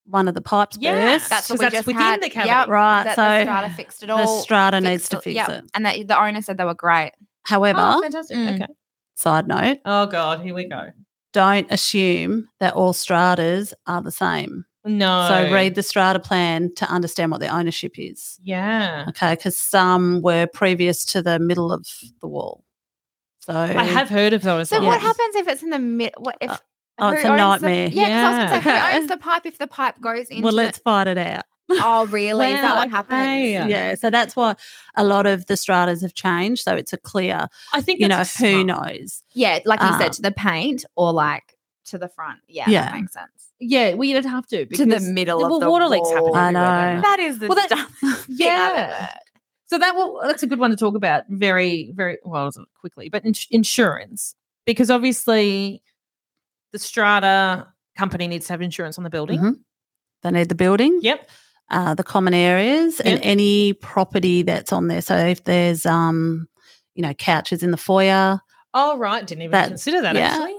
Speaker 3: one of the pipes
Speaker 2: Yeah.
Speaker 3: bursts,
Speaker 1: That's what
Speaker 2: 'Cause
Speaker 1: we
Speaker 2: that's
Speaker 1: just
Speaker 2: within
Speaker 1: had.
Speaker 2: the cavity.
Speaker 1: Yep.
Speaker 3: right?
Speaker 1: That the
Speaker 3: So
Speaker 1: strata fixed it
Speaker 3: the
Speaker 1: all.
Speaker 3: strata
Speaker 1: fixed
Speaker 3: needs to
Speaker 1: all-
Speaker 3: fix
Speaker 1: yep.
Speaker 3: it.
Speaker 1: And that the owner said they were great.
Speaker 3: However,
Speaker 2: Oh, fantastic.
Speaker 1: Mm.
Speaker 2: Okay.
Speaker 3: side note,
Speaker 2: Oh god, here we go.
Speaker 3: don't assume that all stratas are the same.
Speaker 2: No.
Speaker 3: So read the strata plan to understand what their ownership is.
Speaker 2: Yeah.
Speaker 3: Okay, because some were previous to the middle of the wall. So
Speaker 2: I have heard of those.
Speaker 1: So what
Speaker 3: Yes.
Speaker 1: happens if it's in the middle? What if?
Speaker 3: Uh, oh, it's
Speaker 1: who
Speaker 3: a
Speaker 1: owns the- yeah,
Speaker 3: nightmare.
Speaker 1: because I was going to say,
Speaker 3: Yeah.
Speaker 1: who owns the pipe if the pipe goes into?
Speaker 3: Well, let's fight it out.
Speaker 1: The, oh, really? Is that
Speaker 2: Wow,
Speaker 1: what happens?
Speaker 2: okay.
Speaker 3: Yeah. so that's why a lot of the stratas have changed. So it's a clear,
Speaker 2: I think
Speaker 3: you know,
Speaker 2: that's
Speaker 3: who
Speaker 2: smart.
Speaker 3: knows.
Speaker 1: Yeah, like you
Speaker 3: Um,
Speaker 1: said, to the paint or like to the front. Yeah,
Speaker 3: Yeah.
Speaker 1: that makes sense.
Speaker 2: Yeah, well, you'd have
Speaker 1: To
Speaker 2: to
Speaker 1: the
Speaker 2: because-
Speaker 1: middle
Speaker 2: well,
Speaker 1: of the
Speaker 2: water leaks happen.
Speaker 1: wall.
Speaker 3: I
Speaker 2: everywhere,
Speaker 3: know.
Speaker 2: don't they?
Speaker 1: That is the
Speaker 2: Well, that-
Speaker 1: dumbest thing I've ever
Speaker 2: Yeah.
Speaker 1: heard.
Speaker 2: So that will that's a good one to talk about very very well not quickly, but ins- insurance because obviously the strata company needs to have insurance on the building.
Speaker 3: Mhm. They need the building.
Speaker 2: Yep.
Speaker 3: uh, the common areas and
Speaker 2: Yeah.
Speaker 3: any property that's on there. So if there's, um, you know, couches in the foyer,
Speaker 2: Oh right, didn't even
Speaker 3: That-
Speaker 2: consider that
Speaker 3: yeah.
Speaker 2: actually.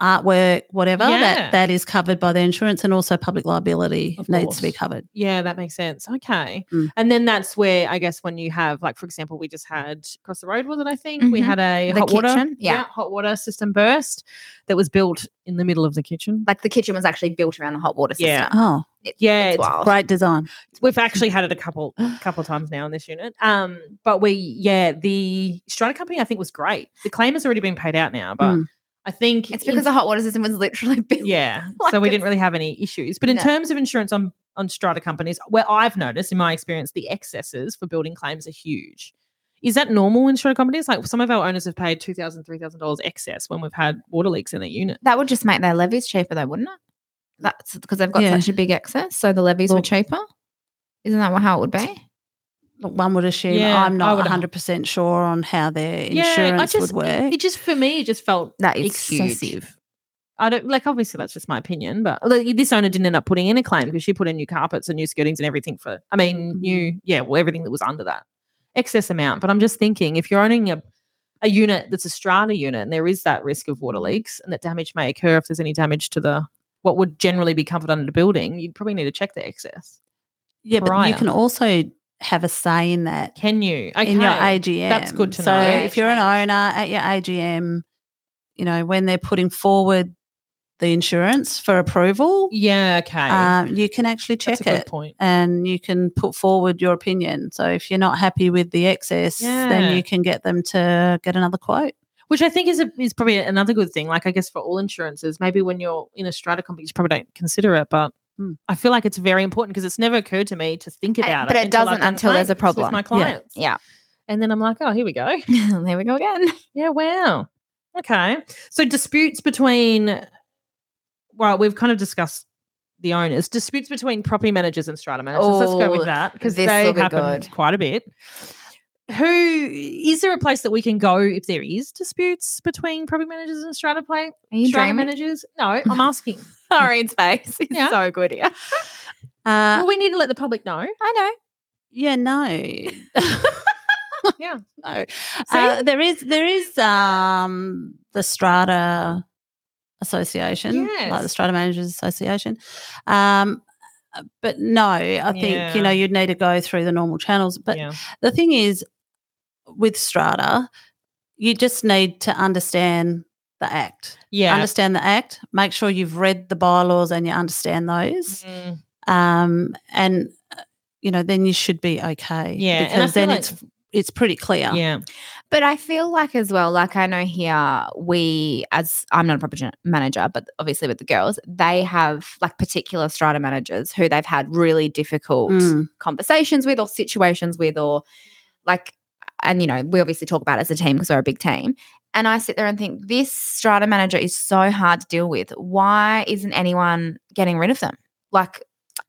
Speaker 3: artwork, whatever,
Speaker 2: Yeah.
Speaker 3: that, that is covered by the insurance and also public liability
Speaker 2: Of
Speaker 3: needs to be
Speaker 2: course.
Speaker 3: covered.
Speaker 2: Yeah, that makes sense. Okay.
Speaker 3: Mm.
Speaker 2: And then that's where I guess when you have like for example we just had across the road was it I think we
Speaker 1: Mhm.
Speaker 2: had a
Speaker 1: The
Speaker 2: hot water
Speaker 1: kitchen, yeah.
Speaker 2: hot water system burst that was built in the middle of the kitchen.
Speaker 1: Like the kitchen was actually built around the hot water system.
Speaker 2: Yeah.
Speaker 3: Oh,
Speaker 1: It-
Speaker 2: Yeah, it's
Speaker 1: wild.
Speaker 3: great design.
Speaker 2: we've actually had it a couple couple times now in this unit. Um, but we yeah, the Strata company I think was great. The claim has already been paid out now, but
Speaker 3: Mm.
Speaker 2: I think
Speaker 1: It's
Speaker 2: in-
Speaker 1: because the hot water system was literally built.
Speaker 2: yeah,
Speaker 1: like
Speaker 2: so we
Speaker 1: it's-
Speaker 2: didn't really have any issues. But in
Speaker 1: No.
Speaker 2: terms of insurance on on Strata companies, where I've noticed in my experience, the excesses for building claims are huge. Is that normal in Strata companies? Like some of our owners have paid two thousand, three thousand dollars excess when we've had water leaks in the unit.
Speaker 1: That would just make their levies cheaper, though, wouldn't it? That's because they've got
Speaker 3: Yeah.
Speaker 1: such a big excess, so the levies were
Speaker 3: Well-
Speaker 1: cheaper. Isn't that what- how it would be?
Speaker 3: Look, One would assume
Speaker 2: Yeah, I
Speaker 3: I'm not
Speaker 2: would-
Speaker 3: 100% sure on how their insurance would work.
Speaker 2: It just for me, it just felt
Speaker 1: That is
Speaker 2: excessive.
Speaker 1: huge.
Speaker 2: I don't like. Obviously, that's just my opinion, but like, this owner didn't end up putting in a claim because she put in new carpets and new skirtings and everything for. I mean,
Speaker 3: Mm-hmm.
Speaker 2: new yeah, well, everything that was under that excess amount. But I'm just thinking, if you're owning a a unit that's a strata unit, and there is that risk of
Speaker 3: Mm-hmm.
Speaker 2: water leaks, and that damage may occur if there's any damage to the what would generally be covered under the building, you'd probably need to check the excess.
Speaker 3: yeah, but
Speaker 2: prior.
Speaker 3: you can also have a say in that
Speaker 2: Can you? Okay.
Speaker 3: in your AGM.
Speaker 2: good to
Speaker 3: so
Speaker 2: know.
Speaker 3: if you're an owner at your AGM, you know, when they're putting forward the insurance for approval,
Speaker 2: yeah. Okay.
Speaker 3: um, you can actually check
Speaker 2: that's a good
Speaker 3: it
Speaker 2: point.
Speaker 3: and you can put forward your opinion. So if you're not happy with the excess,
Speaker 2: Yeah.
Speaker 3: then you can get them to get another quote.
Speaker 2: which I think is a, is probably another good thing. Like I guess for all insurances, maybe when you're in a strata company, you probably don't consider it, but
Speaker 1: Hmm.
Speaker 3: Mm.
Speaker 2: I feel like it's very important because it's never occurred to me to think
Speaker 1: Uh,
Speaker 2: about
Speaker 1: but
Speaker 2: it.
Speaker 1: it
Speaker 2: until I've
Speaker 1: doesn't
Speaker 2: done
Speaker 1: until there's a
Speaker 2: claims with
Speaker 1: problem.
Speaker 2: my
Speaker 1: Yeah.
Speaker 2: clients.
Speaker 1: Yeah.
Speaker 2: And then I'm like, oh, here we go.
Speaker 1: there we go again.
Speaker 2: Yeah, wow. Okay. So disputes between well, we've kind of discussed the owners. Disputes between property managers and strata managers. Let's go
Speaker 1: Oh,
Speaker 2: with that because
Speaker 1: this
Speaker 2: they
Speaker 1: will be
Speaker 2: happen
Speaker 1: good.
Speaker 2: quite a bit. Who is there a place that we can go if there is disputes between property managers and strata play?
Speaker 1: Are you
Speaker 2: strata
Speaker 1: dreaming?
Speaker 2: managers? No, I'm asking.
Speaker 1: Sorry, in space. It's
Speaker 2: Yeah.
Speaker 1: so good here.
Speaker 3: Uh,
Speaker 2: well, we need to let the public know.
Speaker 1: I know.
Speaker 3: yeah, no.
Speaker 2: Yeah.
Speaker 3: No. Uh, there is there is um the Strata Association, like the
Speaker 2: Yes.
Speaker 3: Strata Managers Association. Um but no, I think
Speaker 2: Yeah.
Speaker 3: you know you'd need to go through the normal channels. But
Speaker 2: yeah.
Speaker 3: the thing is with Strata, you just need to understand the act.
Speaker 2: Yeah.
Speaker 3: Understand the act. Make sure you've read the bylaws and you understand those
Speaker 2: Mm.
Speaker 3: um, and uh, you know then you should be okay.
Speaker 2: Yeah, and I
Speaker 3: because
Speaker 2: feel
Speaker 3: then
Speaker 2: like-
Speaker 3: it's it's pretty clear.
Speaker 2: Mm, Yeah.
Speaker 1: But I feel like as well, like I know here we as I'm not a property manager, but obviously with the girls, they have like particular strata managers who they've had really difficult
Speaker 3: Mm,
Speaker 1: conversations with or situations with or like and you know, we obviously talk about it as a team because we're a big team. And I sit there and think this strata manager is so hard to deal with. Why isn't anyone getting rid of them? Like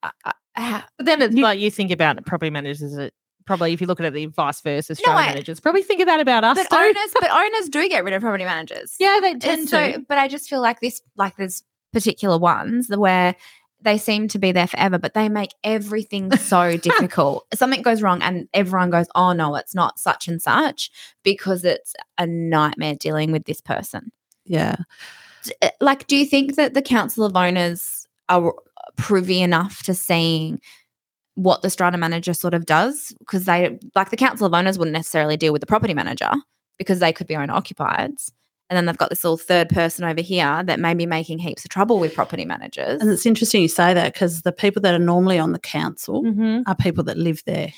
Speaker 1: uh, I- I- I-
Speaker 2: But then it's
Speaker 1: You-
Speaker 2: like you think about it, property managers it probably if you look at it the vice versa strata
Speaker 1: I-
Speaker 2: managers probably think that about us.
Speaker 1: but
Speaker 2: too.
Speaker 1: owners but owners do get rid of property managers.
Speaker 2: yeah, they tend
Speaker 1: and so
Speaker 2: to.
Speaker 1: but i just feel like this like there's particular ones the- where they seem to be there forever but they make everything so difficult something goes wrong and everyone goes oh no it's not such and such because it's a nightmare dealing with this person
Speaker 3: yeah.
Speaker 1: D- uh, like do you think that the council of owners are privy enough to seeing what the strata manager sort of does because they like the council of owners wouldn't necessarily deal with the property manager because they could be owner occupied and then they've got this little third person over here that may be making heaps of trouble with property managers
Speaker 3: And it's interesting you say that because the people that are normally on the council
Speaker 2: Mm-hmm.
Speaker 3: are people that live there.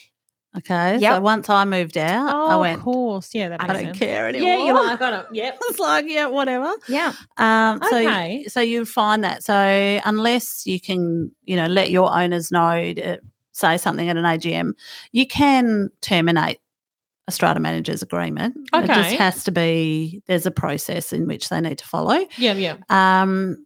Speaker 3: Okay. So
Speaker 1: Yep.
Speaker 3: once I moved out,
Speaker 2: Oh,
Speaker 3: I went.
Speaker 2: of course. Yeah, that
Speaker 1: I
Speaker 3: I
Speaker 2: makes
Speaker 3: don't
Speaker 2: sense.
Speaker 3: care anymore.
Speaker 2: Yeah, you're like, I don't. Yep.
Speaker 3: it's like yeah, whatever.
Speaker 1: yeah
Speaker 3: Um, so
Speaker 2: Okay.
Speaker 3: so you find that. So unless you can, you know, let your owners know, to say something at an AGM, you can terminate a strata manager's agreement. It just
Speaker 2: Okay.
Speaker 3: has to be. There's a process in which they need to follow.
Speaker 2: Yeah, yeah.
Speaker 3: Um,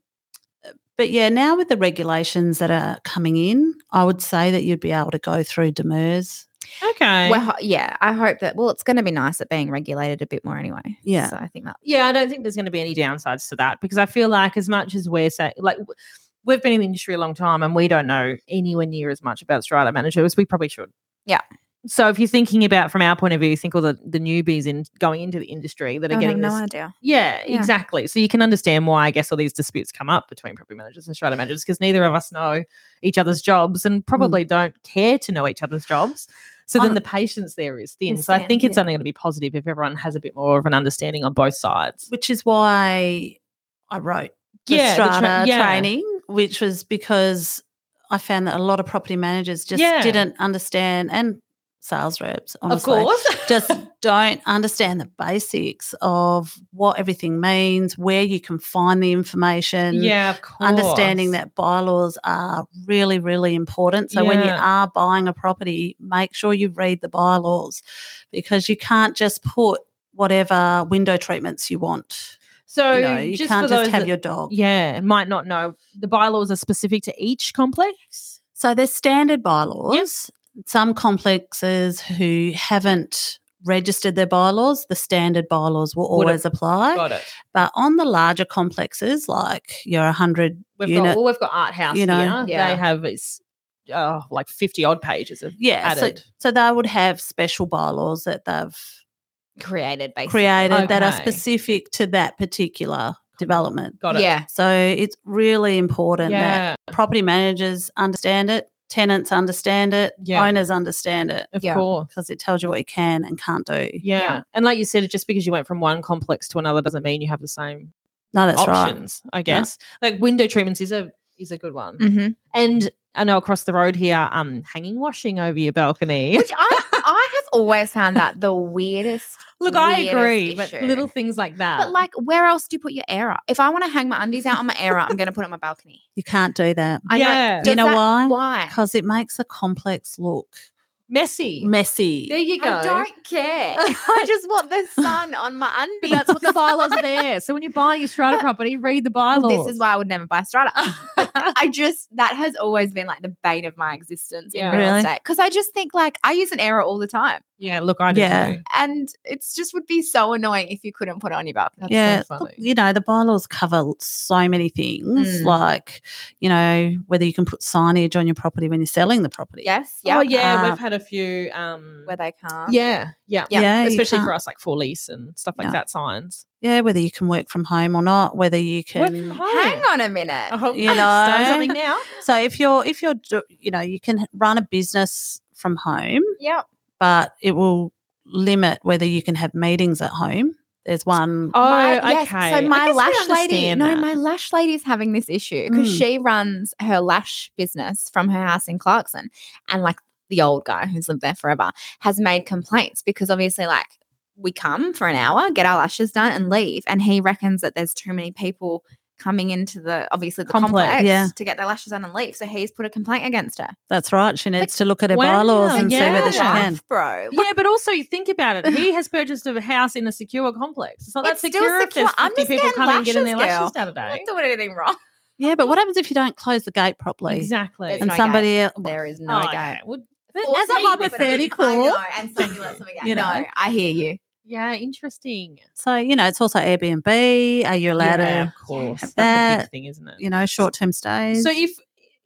Speaker 3: but yeah, now with the regulations that are coming in, I would say that you'd be able to go through demurs.
Speaker 2: Okay.
Speaker 1: well ho- yeah i hope that well it's going to be nice at being regulated a bit more anyway
Speaker 3: Yeah.
Speaker 1: so i think that
Speaker 2: yeah, I don't think there's going to be any downsides to that because I feel like as much as we're saying, like w- we've been in the industry a long time and we don't know anywhere near as much about strata managers as we probably should.
Speaker 1: Yeah.
Speaker 2: So if you're thinking about from our point of view, think all the, the newbies in going into the industry that
Speaker 1: i
Speaker 2: are
Speaker 1: have
Speaker 2: getting
Speaker 1: no
Speaker 2: this
Speaker 1: idea
Speaker 2: Yeah,
Speaker 1: Yeah.
Speaker 2: exactly. So you can understand why I guess all these disputes come up between property managers and strata managers because neither of us know each other's jobs and
Speaker 3: Mm.
Speaker 2: probably don't care to know each other's jobs. So then
Speaker 3: Um,
Speaker 2: the patience there is thin.
Speaker 1: is
Speaker 2: So I
Speaker 1: thin,
Speaker 2: think it's
Speaker 1: yeah.
Speaker 2: only going to be positive if everyone has a bit more of an understanding on both sides.
Speaker 3: which is why I wrote the
Speaker 2: Yeah, the tra-
Speaker 3: strata
Speaker 2: yeah.
Speaker 3: training, which was because I found that a lot of property managers just
Speaker 2: Yeah.
Speaker 3: didn't understand, and sales reps, honestly,
Speaker 2: Of course.
Speaker 3: just don't understand the basics of what everything means, where you can find the information.
Speaker 2: yeah, of course.
Speaker 3: Understanding that bylaws are really, really important. So, when you
Speaker 2: Yeah.
Speaker 3: are buying a property, make sure you read the bylaws because you can't just put whatever window treatments you want
Speaker 2: So
Speaker 3: you know, you
Speaker 2: just
Speaker 3: can't
Speaker 2: for
Speaker 3: just
Speaker 2: those
Speaker 3: have
Speaker 2: that,
Speaker 3: your dog.
Speaker 2: yeah, might not know the bylaws are specific to each complex.
Speaker 3: So there's standard bylaws. Some complexes who haven't registered their bylaws, the standard bylaws will
Speaker 2: Would it-
Speaker 3: always apply.
Speaker 2: Got it.
Speaker 3: But on the larger complexes, like your 100
Speaker 2: We've got
Speaker 3: unit,
Speaker 2: well, we've got art house
Speaker 3: you know,
Speaker 2: here.
Speaker 1: yeah.
Speaker 2: They have it's oh, like fifty odd pages of
Speaker 3: yeah, so,
Speaker 2: added.
Speaker 3: so they would have special bylaws that they've
Speaker 1: created basically
Speaker 3: created that are
Speaker 2: Okay.
Speaker 3: specific to that particular development.
Speaker 2: Got it.
Speaker 1: yeah
Speaker 3: So it's really important that
Speaker 2: Yeah,
Speaker 3: property managers understand it, tenants understand it,
Speaker 2: Yeah.
Speaker 3: owners understand it.
Speaker 2: of
Speaker 1: Yeah.
Speaker 2: course.
Speaker 3: because it tells you what you can and can't do.
Speaker 2: Yeah. and like you said, just because you went from one complex to another doesn't mean you have the same
Speaker 3: No, that's right.
Speaker 2: options. I guess like window treatments is a is a good one,
Speaker 1: hmm
Speaker 2: and I know across the road here, um, hanging washing over your balcony.
Speaker 1: which i i have just always found that the weirdest.
Speaker 2: Look, I
Speaker 1: weirdest
Speaker 2: agree, but
Speaker 1: issue.
Speaker 2: little things like that.
Speaker 1: But like, where else do you put your air up? If I want to hang my undies out on my air up, I'm going to put it on my balcony.
Speaker 3: You can't do that
Speaker 1: I
Speaker 2: Yeah.
Speaker 1: does
Speaker 3: You know
Speaker 1: that-
Speaker 3: why?
Speaker 1: Why?
Speaker 3: because it makes a complex look
Speaker 2: messy.
Speaker 3: messy.
Speaker 2: There you go.
Speaker 1: I don't care. I just want the sun on my undies.
Speaker 2: That's what the bylaws are there. So when you're buying a strata property, read the bylaws.
Speaker 1: This is why I would never buy strata. I just that has always been like the bane of my existence
Speaker 2: Yeah.
Speaker 1: in real
Speaker 3: Really?
Speaker 1: estate because I just think like I use an error all the time,
Speaker 2: yeah, look, I do
Speaker 3: Yeah.
Speaker 2: too.
Speaker 1: and it's just would be so annoying if you couldn't put it on your balcony.
Speaker 2: That's
Speaker 3: yeah,
Speaker 2: so
Speaker 3: look,
Speaker 2: funny.
Speaker 3: you know the bylaws cover so many things,
Speaker 1: Mm.
Speaker 3: like you know whether you can put signage on your property when you're selling the property.
Speaker 1: Yes. Yeah.
Speaker 2: Oh yeah,
Speaker 3: Uh,
Speaker 2: we've had a few. Um,
Speaker 1: Where they can't.
Speaker 2: yeah, yeah,
Speaker 1: Yeah,
Speaker 3: yeah you
Speaker 2: Especially for
Speaker 3: can't-
Speaker 2: us, like for lease and stuff like
Speaker 3: No.
Speaker 2: that. Signs.
Speaker 3: yeah, whether you can work from home or not, whether you
Speaker 2: Work
Speaker 3: can.
Speaker 2: from
Speaker 1: Hang
Speaker 2: home.
Speaker 1: on a minute.
Speaker 2: I hope
Speaker 3: You
Speaker 2: starting
Speaker 3: know.
Speaker 2: something now.
Speaker 3: So if you're if you're do- you know you can run a business from home,
Speaker 1: Yep.
Speaker 3: but it will limit whether you can have meetings at home. There's one
Speaker 2: Oh,
Speaker 1: My- yes,
Speaker 2: okay.
Speaker 1: So my
Speaker 2: I guess we
Speaker 1: lash lady,
Speaker 2: understand
Speaker 1: no,
Speaker 2: that.
Speaker 1: my lash lady's having this issue because
Speaker 3: Mm.
Speaker 1: she runs her lash business from her house in Clarkson, and like the old guy who's lived there forever has made complaints because obviously, like we come for an hour, get our lashes done, and leave, and he reckons that there's too many people coming into the obviously the complex,
Speaker 2: Complex,
Speaker 3: yeah.
Speaker 1: to get their lashes done and leave. So he's put a complaint against her.
Speaker 3: That's right. She needs to look at her
Speaker 2: wow,
Speaker 3: bylaws and see whether she
Speaker 2: yeah.
Speaker 3: can.
Speaker 1: bro.
Speaker 2: Yeah, but also you think about it. He has purchased a house in a secure complex. It's not that
Speaker 1: It's still
Speaker 2: secure, if
Speaker 1: secure.
Speaker 2: there's 50
Speaker 1: I'm just
Speaker 2: people
Speaker 1: getting
Speaker 2: coming and getting their
Speaker 1: lashes, girl.
Speaker 2: lashes done a
Speaker 1: I'm
Speaker 2: day.
Speaker 1: not doing anything wrong.
Speaker 3: Yeah, but what happens if you don't close the gate properly?
Speaker 2: Exactly.
Speaker 1: There's
Speaker 3: And
Speaker 1: no gate.
Speaker 3: somebody else
Speaker 1: There is no
Speaker 2: Oh,
Speaker 1: go.
Speaker 2: okay. Well,
Speaker 3: As a hypothetical.
Speaker 1: I know, and so you let something out.
Speaker 3: You know.
Speaker 1: No, I hear you.
Speaker 2: yeah, interesting.
Speaker 3: So, you know, it's also Airbnb. Are you allowed
Speaker 2: yeah,
Speaker 3: to,
Speaker 2: of course. That's a big
Speaker 3: that-
Speaker 2: thing, isn't it?
Speaker 3: you know, short term stays?
Speaker 2: So if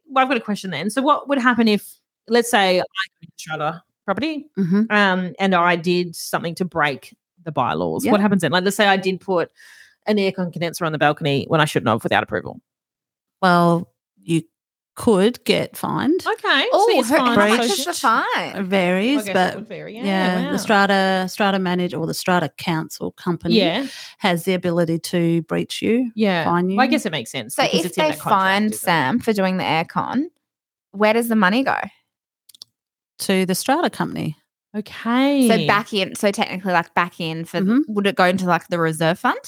Speaker 2: well, I've got a question then. So what would happen if, let's say, I own a strata property,
Speaker 3: Mhm.
Speaker 2: um, and I did something to break the bylaws?
Speaker 3: Yeah.
Speaker 2: What happens then? Like, let's say I did put an aircon condenser on the balcony when I shouldn't have without approval.
Speaker 3: Well, you could get fined.
Speaker 2: Okay.
Speaker 1: Oh, her, how
Speaker 3: fine.
Speaker 1: much is the
Speaker 3: It
Speaker 1: fine?
Speaker 3: varies, but
Speaker 2: yeah,
Speaker 3: yeah, the strata strata manage or the strata council company
Speaker 2: Yeah,
Speaker 3: has the ability to breach you,
Speaker 2: yeah.
Speaker 3: fine you.
Speaker 2: Well, I guess it makes sense.
Speaker 1: So
Speaker 2: because
Speaker 1: if
Speaker 2: it's in
Speaker 1: they
Speaker 2: that contract,
Speaker 1: find
Speaker 2: isn't it?
Speaker 1: Sam for doing the aircon, where does the money go?
Speaker 3: to the strata company.
Speaker 2: okay,
Speaker 1: So back in. So technically, like back in for
Speaker 3: Mhm.
Speaker 2: Mm-hmm.
Speaker 1: would it go into like the reserve fund?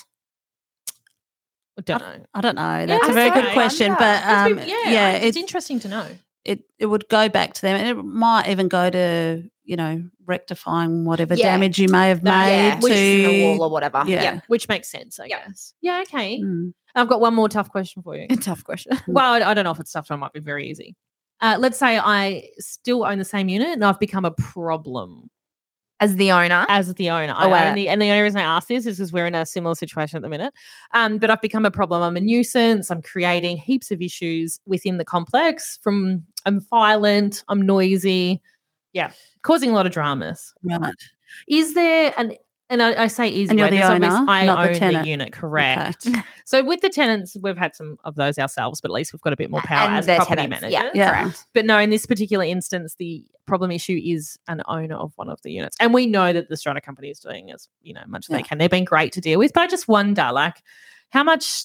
Speaker 2: I don't know.
Speaker 3: I don't know.
Speaker 2: Yeah,
Speaker 3: That's a very
Speaker 2: that's
Speaker 3: good
Speaker 2: okay.
Speaker 3: question,
Speaker 1: Wonder.
Speaker 3: but
Speaker 2: It's
Speaker 3: um,
Speaker 2: been-
Speaker 3: yeah,
Speaker 2: yeah, it's,
Speaker 3: it's,
Speaker 2: interesting to know.
Speaker 3: it it would go back to them, and it might even go to you know rectifying whatever
Speaker 1: Yeah.
Speaker 3: damage you may have
Speaker 2: Uh,
Speaker 1: That-
Speaker 3: made
Speaker 1: yeah, which is in the
Speaker 3: to
Speaker 1: wall or whatever.
Speaker 3: yeah.
Speaker 2: Which makes sense, I
Speaker 1: Yeah.
Speaker 2: guess. Yeah, okay.
Speaker 3: Mm.
Speaker 2: I've got one more tough question for you.
Speaker 1: A tough question.
Speaker 2: Well, I, I don't know if it's tough. so It might be very easy. Uh, let's say I still own the same unit and I've become a problem
Speaker 1: As the owner,
Speaker 2: as the owner.
Speaker 1: Oh,
Speaker 2: I
Speaker 1: wow.
Speaker 2: only, and the only reason I ask this is because we're in a similar situation at the minute. Um, but I've become a problem. I'm a nuisance. I'm creating heaps of issues within the complex. From I'm violent. I'm noisy. Yeah, causing a lot of dramas.
Speaker 3: Mm, Right.
Speaker 2: Is there an and I, I say is
Speaker 3: And you're
Speaker 2: when
Speaker 3: the
Speaker 2: there's obvious-
Speaker 3: owner,
Speaker 2: I
Speaker 3: not the
Speaker 2: own
Speaker 3: tenant.
Speaker 2: the unit,
Speaker 3: Okay.
Speaker 2: correct? So with the tenants, we've had some of those ourselves, but at least we've got a bit more power
Speaker 1: And
Speaker 2: as
Speaker 1: their
Speaker 2: property
Speaker 1: tenants. Yeah,
Speaker 2: managers.
Speaker 3: Yeah.
Speaker 1: correct.
Speaker 2: But no, in this particular instance, the problem issue is an owner of one of the units. And we know that the strata company is doing as, you know, much as they
Speaker 3: Yeah.
Speaker 2: can. They've been great to deal with. But I just wonder, like, how much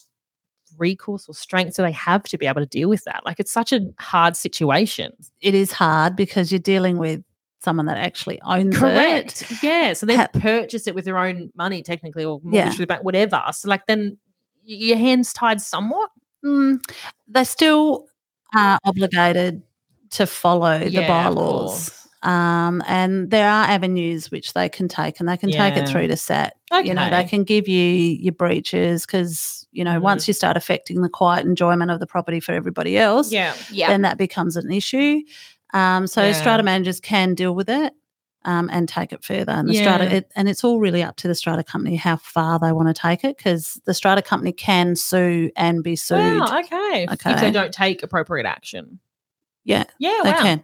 Speaker 2: recourse or strength do they have to be able to deal with that? Like it's such a hard situation.
Speaker 3: It is hard because you're dealing with someone that actually owns it.
Speaker 2: Yeah. So they've
Speaker 3: Ha-
Speaker 2: purchased it with their own money, technically, or mortgage
Speaker 3: Yeah.
Speaker 2: to the bank, whatever. So like then y- your hands tied somewhat.
Speaker 3: Mm, they still are obligated to follow the
Speaker 2: Yeah, of
Speaker 3: bylaws.
Speaker 2: course.
Speaker 3: Um, and there are avenues which they can take, and they can take
Speaker 2: Yeah.
Speaker 3: it through to SAT. You know,
Speaker 2: Okay.
Speaker 3: they can give you your breaches because, you know,
Speaker 2: Mhm.
Speaker 3: once you start affecting the quiet enjoyment of the property for everybody else,
Speaker 2: Yeah.
Speaker 1: Yeah.
Speaker 3: then that becomes an issue. Um, so
Speaker 2: Yeah.
Speaker 3: strata managers can deal with it um, and take it further. And the
Speaker 2: Yeah.
Speaker 3: strata, it, and it's all really up to the strata company how far they want to take it because the strata company can sue and be sued.
Speaker 2: Wow, okay. If- If they
Speaker 3: Okay.
Speaker 2: don't take appropriate action.
Speaker 3: Yeah,
Speaker 2: Yeah,
Speaker 3: they
Speaker 2: Oh, wow.
Speaker 3: can.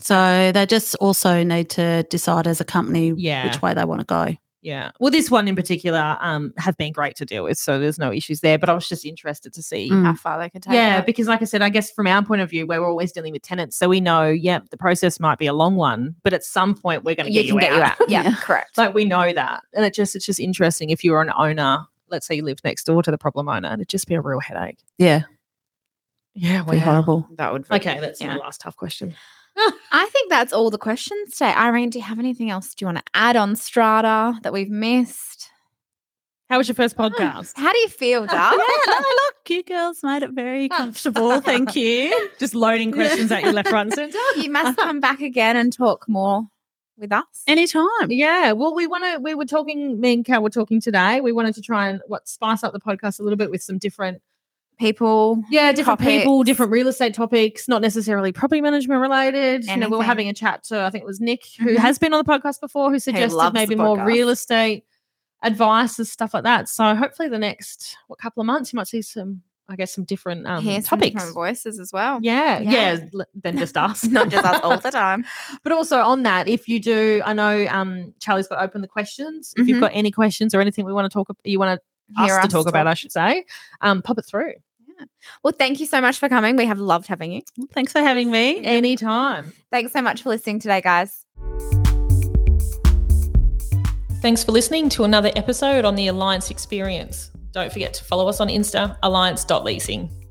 Speaker 3: So they just also need to decide as a company
Speaker 2: Yeah.
Speaker 3: which way they want to go.
Speaker 2: Yeah. Well, this one in particular um have been great to deal with, so there's no issues there, but I was just interested to see
Speaker 3: Mm.
Speaker 1: How far they could take.
Speaker 2: yeah,
Speaker 1: that.
Speaker 2: because like I said, I guess from our point of view, where we're always dealing with tenants, so we know, yeah, the process might be a long one, but at some point we're going to
Speaker 1: you
Speaker 2: get
Speaker 1: can
Speaker 2: you
Speaker 1: get you
Speaker 2: out.
Speaker 1: out. Yeah,
Speaker 3: Yeah.
Speaker 1: correct.
Speaker 2: like we know that, and it just it's just interesting if you're an owner. Let's say you live next door to the problem owner, it'd just be a real headache.
Speaker 3: Yeah,
Speaker 2: Yeah,
Speaker 3: be horrible.
Speaker 1: that would.
Speaker 2: Okay, that's
Speaker 1: Yeah.
Speaker 2: my last tough question.
Speaker 1: I think that's all the questions today. Irene, do you have anything else? Do you want to add on Strata that we've missed?
Speaker 2: How was your first podcast?
Speaker 1: How do you feel, Dar?
Speaker 3: yeah, no, look, you girls made it very comfortable. Thank you.
Speaker 2: Just loading questions at you left, right, and centre.
Speaker 1: you must come back again and talk more with us.
Speaker 3: Anytime.
Speaker 2: Yeah. Well, we want to. We were talking. Me and Cal were talking today. We wanted to try and what spice up the podcast a little bit with some different.
Speaker 1: People,
Speaker 2: Yeah, different people,
Speaker 1: Topics.
Speaker 2: different real estate topics, not necessarily property management related. You know, we were
Speaker 1: Anything.
Speaker 2: having a chat to. I think it was Nick who
Speaker 1: Mhm.
Speaker 2: has been on the podcast before, who suggested
Speaker 1: loves the
Speaker 2: maybe more
Speaker 1: podcast.
Speaker 2: real estate advice and stuff like that. So hopefully, the next what couple of months, you might see some. I guess some different um,
Speaker 1: hear some
Speaker 2: topics.
Speaker 1: different voices as well.
Speaker 2: Yeah,
Speaker 1: Yeah.
Speaker 2: yeah, l- Than just us,
Speaker 1: Not just us all the time.
Speaker 2: But also on that, if you do, I know um, Charlie's got open the questions. If you've
Speaker 1: Mhm.
Speaker 2: got any questions or anything we want to talk, ab- you want to Mm-hmm. us
Speaker 1: Hear
Speaker 2: to
Speaker 1: us
Speaker 2: talk about, I should say, um, pop it through
Speaker 1: Well, thank you so much for coming. We have loved having you.
Speaker 3: Thanks for having me.
Speaker 2: anytime.
Speaker 1: Thanks so much for listening today, guys.
Speaker 2: Thanks for listening to another episode on the Alliance Experience. Don't forget to follow us on Insta, alliance.leasing.